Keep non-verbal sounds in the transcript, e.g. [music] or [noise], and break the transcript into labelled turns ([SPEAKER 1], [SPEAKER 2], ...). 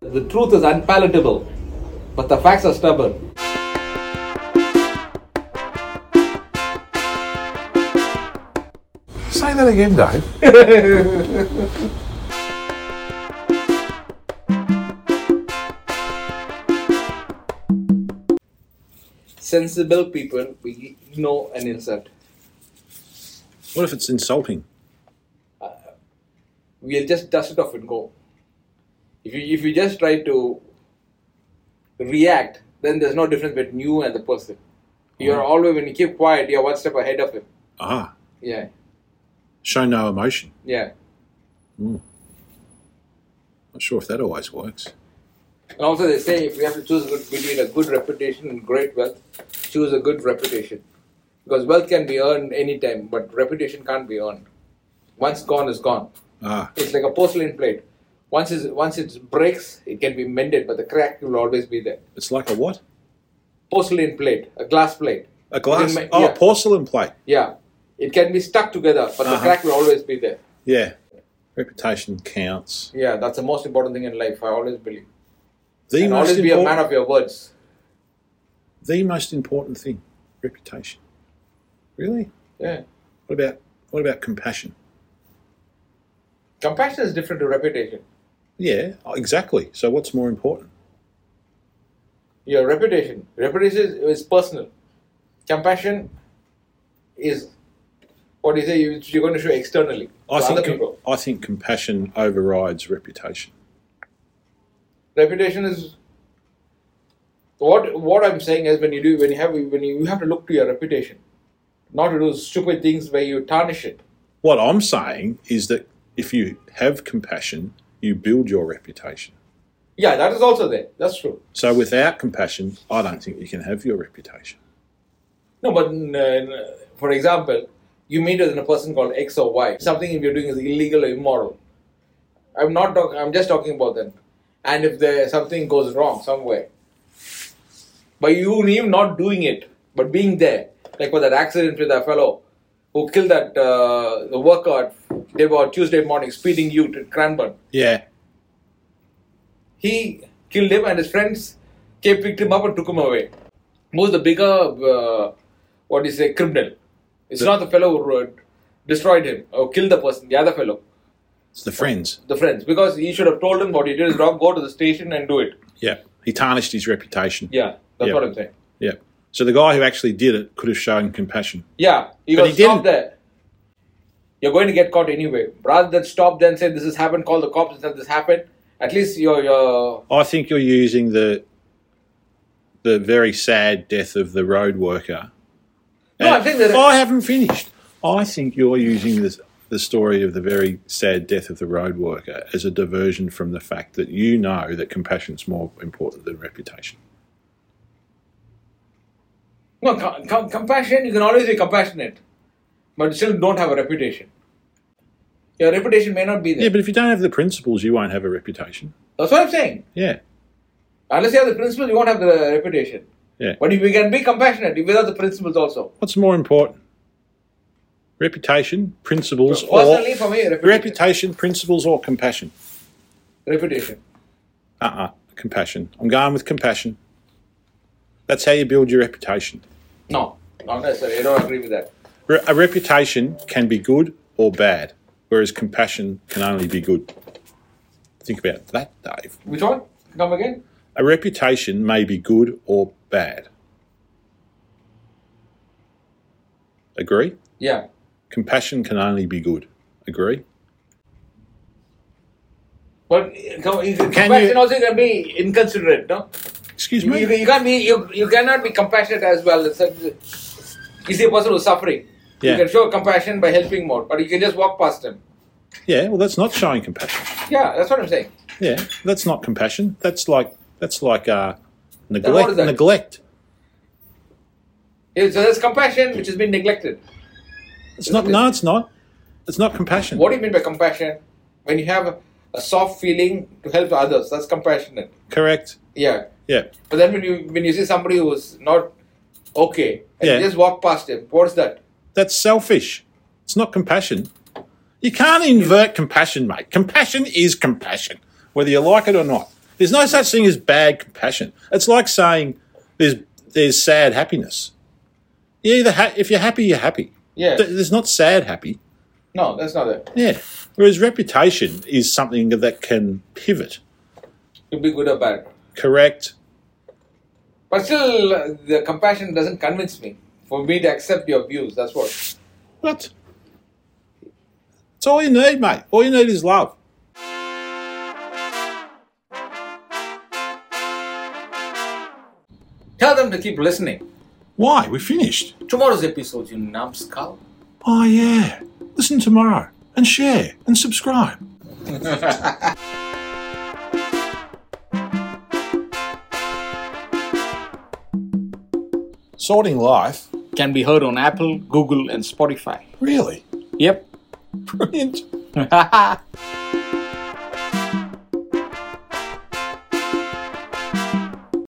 [SPEAKER 1] The truth is unpalatable, but the facts are stubborn.
[SPEAKER 2] Say that again, Dave.
[SPEAKER 1] Sensible people will ignore an insult.
[SPEAKER 2] What if it's insulting?
[SPEAKER 1] We'll just dust it off and go. If you if you just try to react, then there's no difference between you and the person. You're always when you keep quiet, you're one step ahead of him.
[SPEAKER 2] Ah,
[SPEAKER 1] Yeah,
[SPEAKER 2] show no emotion.
[SPEAKER 1] yeah.
[SPEAKER 2] Not sure if that always works.
[SPEAKER 1] And also they say if you have to choose good, between a good reputation and great wealth, choose a good reputation. Because wealth can be earned anytime, but reputation can't be earned. Once gone is gone.
[SPEAKER 2] Ah,
[SPEAKER 1] It's like a porcelain plate. Once it's, once it breaks, it can be mended, but the crack will always be there.
[SPEAKER 2] it's like a what?
[SPEAKER 1] Porcelain plate, a glass plate.
[SPEAKER 2] A glass.
[SPEAKER 1] Rema-
[SPEAKER 2] oh,
[SPEAKER 1] yeah.
[SPEAKER 2] porcelain plate.
[SPEAKER 1] Yeah. It can be stuck together, but the
[SPEAKER 2] Uh-huh.
[SPEAKER 1] crack will always be there.
[SPEAKER 2] Yeah. Reputation counts.
[SPEAKER 1] Yeah, that's the most important thing in life, I always believe.
[SPEAKER 2] The
[SPEAKER 1] and
[SPEAKER 2] most
[SPEAKER 1] always be a
[SPEAKER 2] important,
[SPEAKER 1] man of your words.
[SPEAKER 2] the most important thing, reputation. Really?
[SPEAKER 1] Yeah.
[SPEAKER 2] What about what about compassion?
[SPEAKER 1] Compassion is different to reputation.
[SPEAKER 2] Yeah, exactly. So what's more important?
[SPEAKER 1] your reputation. Reputation is, is personal. Compassion is what do you say? You, you're going to show externally
[SPEAKER 2] I
[SPEAKER 1] to other
[SPEAKER 2] think com-
[SPEAKER 1] people.
[SPEAKER 2] I think compassion overrides reputation.
[SPEAKER 1] Reputation is what what I'm saying is when you do when you have when you, you have to look to your reputation, not to do stupid things where you tarnish it.
[SPEAKER 2] What I'm saying is that if you have compassion, you build your reputation.
[SPEAKER 1] Yeah, that is also there. That's true.
[SPEAKER 2] So without compassion, I don't think you can have your reputation.
[SPEAKER 1] No, but uh, for example, you meet with a person called X or Y. Something if you're doing is illegal or immoral. I'm not talking. I'm just talking about them. And if there something goes wrong somewhere, by you even not doing it, but being there, like for that accident with that fellow who killed that uh, the worker at- they were Tuesday morning speeding you to Cranbourne.
[SPEAKER 2] Yeah.
[SPEAKER 1] He killed him, and his friends came picked him up and took him away. Who's the bigger, uh, what do you say, criminal? It's not the fellow who uh, destroyed him or killed the person, the other fellow,
[SPEAKER 2] It's the friends.
[SPEAKER 1] the friends, because he should have told him what he did is wrong. Go to the station and do it.
[SPEAKER 2] Yeah. He tarnished his reputation.
[SPEAKER 1] Yeah, that's
[SPEAKER 2] Yeah.
[SPEAKER 1] what I'm saying.
[SPEAKER 2] Yeah. So the guy who actually did it could have shown compassion.
[SPEAKER 1] Yeah, you
[SPEAKER 2] But
[SPEAKER 1] got to
[SPEAKER 2] he
[SPEAKER 1] stop
[SPEAKER 2] didn't.
[SPEAKER 1] there. You're going to get caught anyway. Rather than stop there and say this has happened, call the cops and say this happened. At least you're, you're
[SPEAKER 2] I think you're using the the very sad death of the road worker.
[SPEAKER 1] No, I
[SPEAKER 2] And-
[SPEAKER 1] think that-
[SPEAKER 2] I haven't finished. I think you're using this, the story of the very sad death of the road worker as a diversion from the fact that you know that compassion's more important than reputation.
[SPEAKER 1] No, com- com- compassion, you can always be compassionate, but still don't have a reputation. Your reputation may not be there.
[SPEAKER 2] Yeah, but if you don't have the principles, you won't have a reputation.
[SPEAKER 1] That's what I'm saying.
[SPEAKER 2] Yeah,
[SPEAKER 1] Unless you have the principles, you won't have the reputation.
[SPEAKER 2] yeah.
[SPEAKER 1] But if you can be compassionate without the principles also.
[SPEAKER 2] What's more important? Reputation, principles, or
[SPEAKER 1] Personally, for me, reputation.
[SPEAKER 2] reputation, principles, or compassion?
[SPEAKER 1] Reputation.
[SPEAKER 2] Uh-uh. Compassion. I'm going with compassion. That's how you build your reputation.
[SPEAKER 1] No, not necessarily. I don't agree with that.
[SPEAKER 2] Re- a reputation can be good or bad, whereas compassion can only be good. Think about that, Dave.
[SPEAKER 1] Which one? Come again?
[SPEAKER 2] A reputation may be good or bad. Agree?
[SPEAKER 1] Yeah.
[SPEAKER 2] Compassion can only be good. Agree?
[SPEAKER 1] But uh, com- compassion
[SPEAKER 2] you-
[SPEAKER 1] also can be inconsiderate, no?
[SPEAKER 2] Excuse
[SPEAKER 1] You,
[SPEAKER 2] me.
[SPEAKER 1] you, you can't be you, you cannot be compassionate as well. It's a, you see a person who's suffering.
[SPEAKER 2] Yeah.
[SPEAKER 1] You can show compassion by helping more, but you can just walk past him.
[SPEAKER 2] Yeah, well that's not showing compassion.
[SPEAKER 1] Yeah, that's what I'm saying.
[SPEAKER 2] Yeah, that's not compassion. That's like that's like uh,
[SPEAKER 1] what
[SPEAKER 2] neglect.
[SPEAKER 1] is that?
[SPEAKER 2] Neglect.
[SPEAKER 1] Yeah, So there's compassion which has been neglected.
[SPEAKER 2] It's not.
[SPEAKER 1] Isn't it?
[SPEAKER 2] No, it's not. It's not compassion.
[SPEAKER 1] What do you mean by compassion? When you have a soft feeling to help others, that's compassionate.
[SPEAKER 2] Correct.
[SPEAKER 1] Yeah.
[SPEAKER 2] Yeah.
[SPEAKER 1] But then when you when you see somebody who's not okay and
[SPEAKER 2] Yeah.
[SPEAKER 1] you just walk past him, what's that?
[SPEAKER 2] That's selfish. It's not compassion. You can't invert compassion, mate. Compassion is compassion, whether you like it or not. There's no such thing as bad compassion. It's like saying there's there's sad happiness. You either ha- if you're happy, you're happy.
[SPEAKER 1] Yeah.
[SPEAKER 2] Th- There's not sad happy.
[SPEAKER 1] No, that's not it.
[SPEAKER 2] Yeah. Whereas reputation is something that can pivot,
[SPEAKER 1] To be good or bad.
[SPEAKER 2] correct,
[SPEAKER 1] But still, uh, the compassion doesn't convince me for me to accept your views. That's what.
[SPEAKER 2] What? It's all you need, mate. All you need is love.
[SPEAKER 1] Tell them to keep listening.
[SPEAKER 2] Why? We finished.
[SPEAKER 1] Tomorrow's episode, you numbskull.
[SPEAKER 2] Oh, yeah. Listen tomorrow and share and subscribe. [laughs] Sorting life?
[SPEAKER 1] Can be heard on Apple, Google, and Spotify.
[SPEAKER 2] Really?
[SPEAKER 1] Yep.
[SPEAKER 2] Brilliant.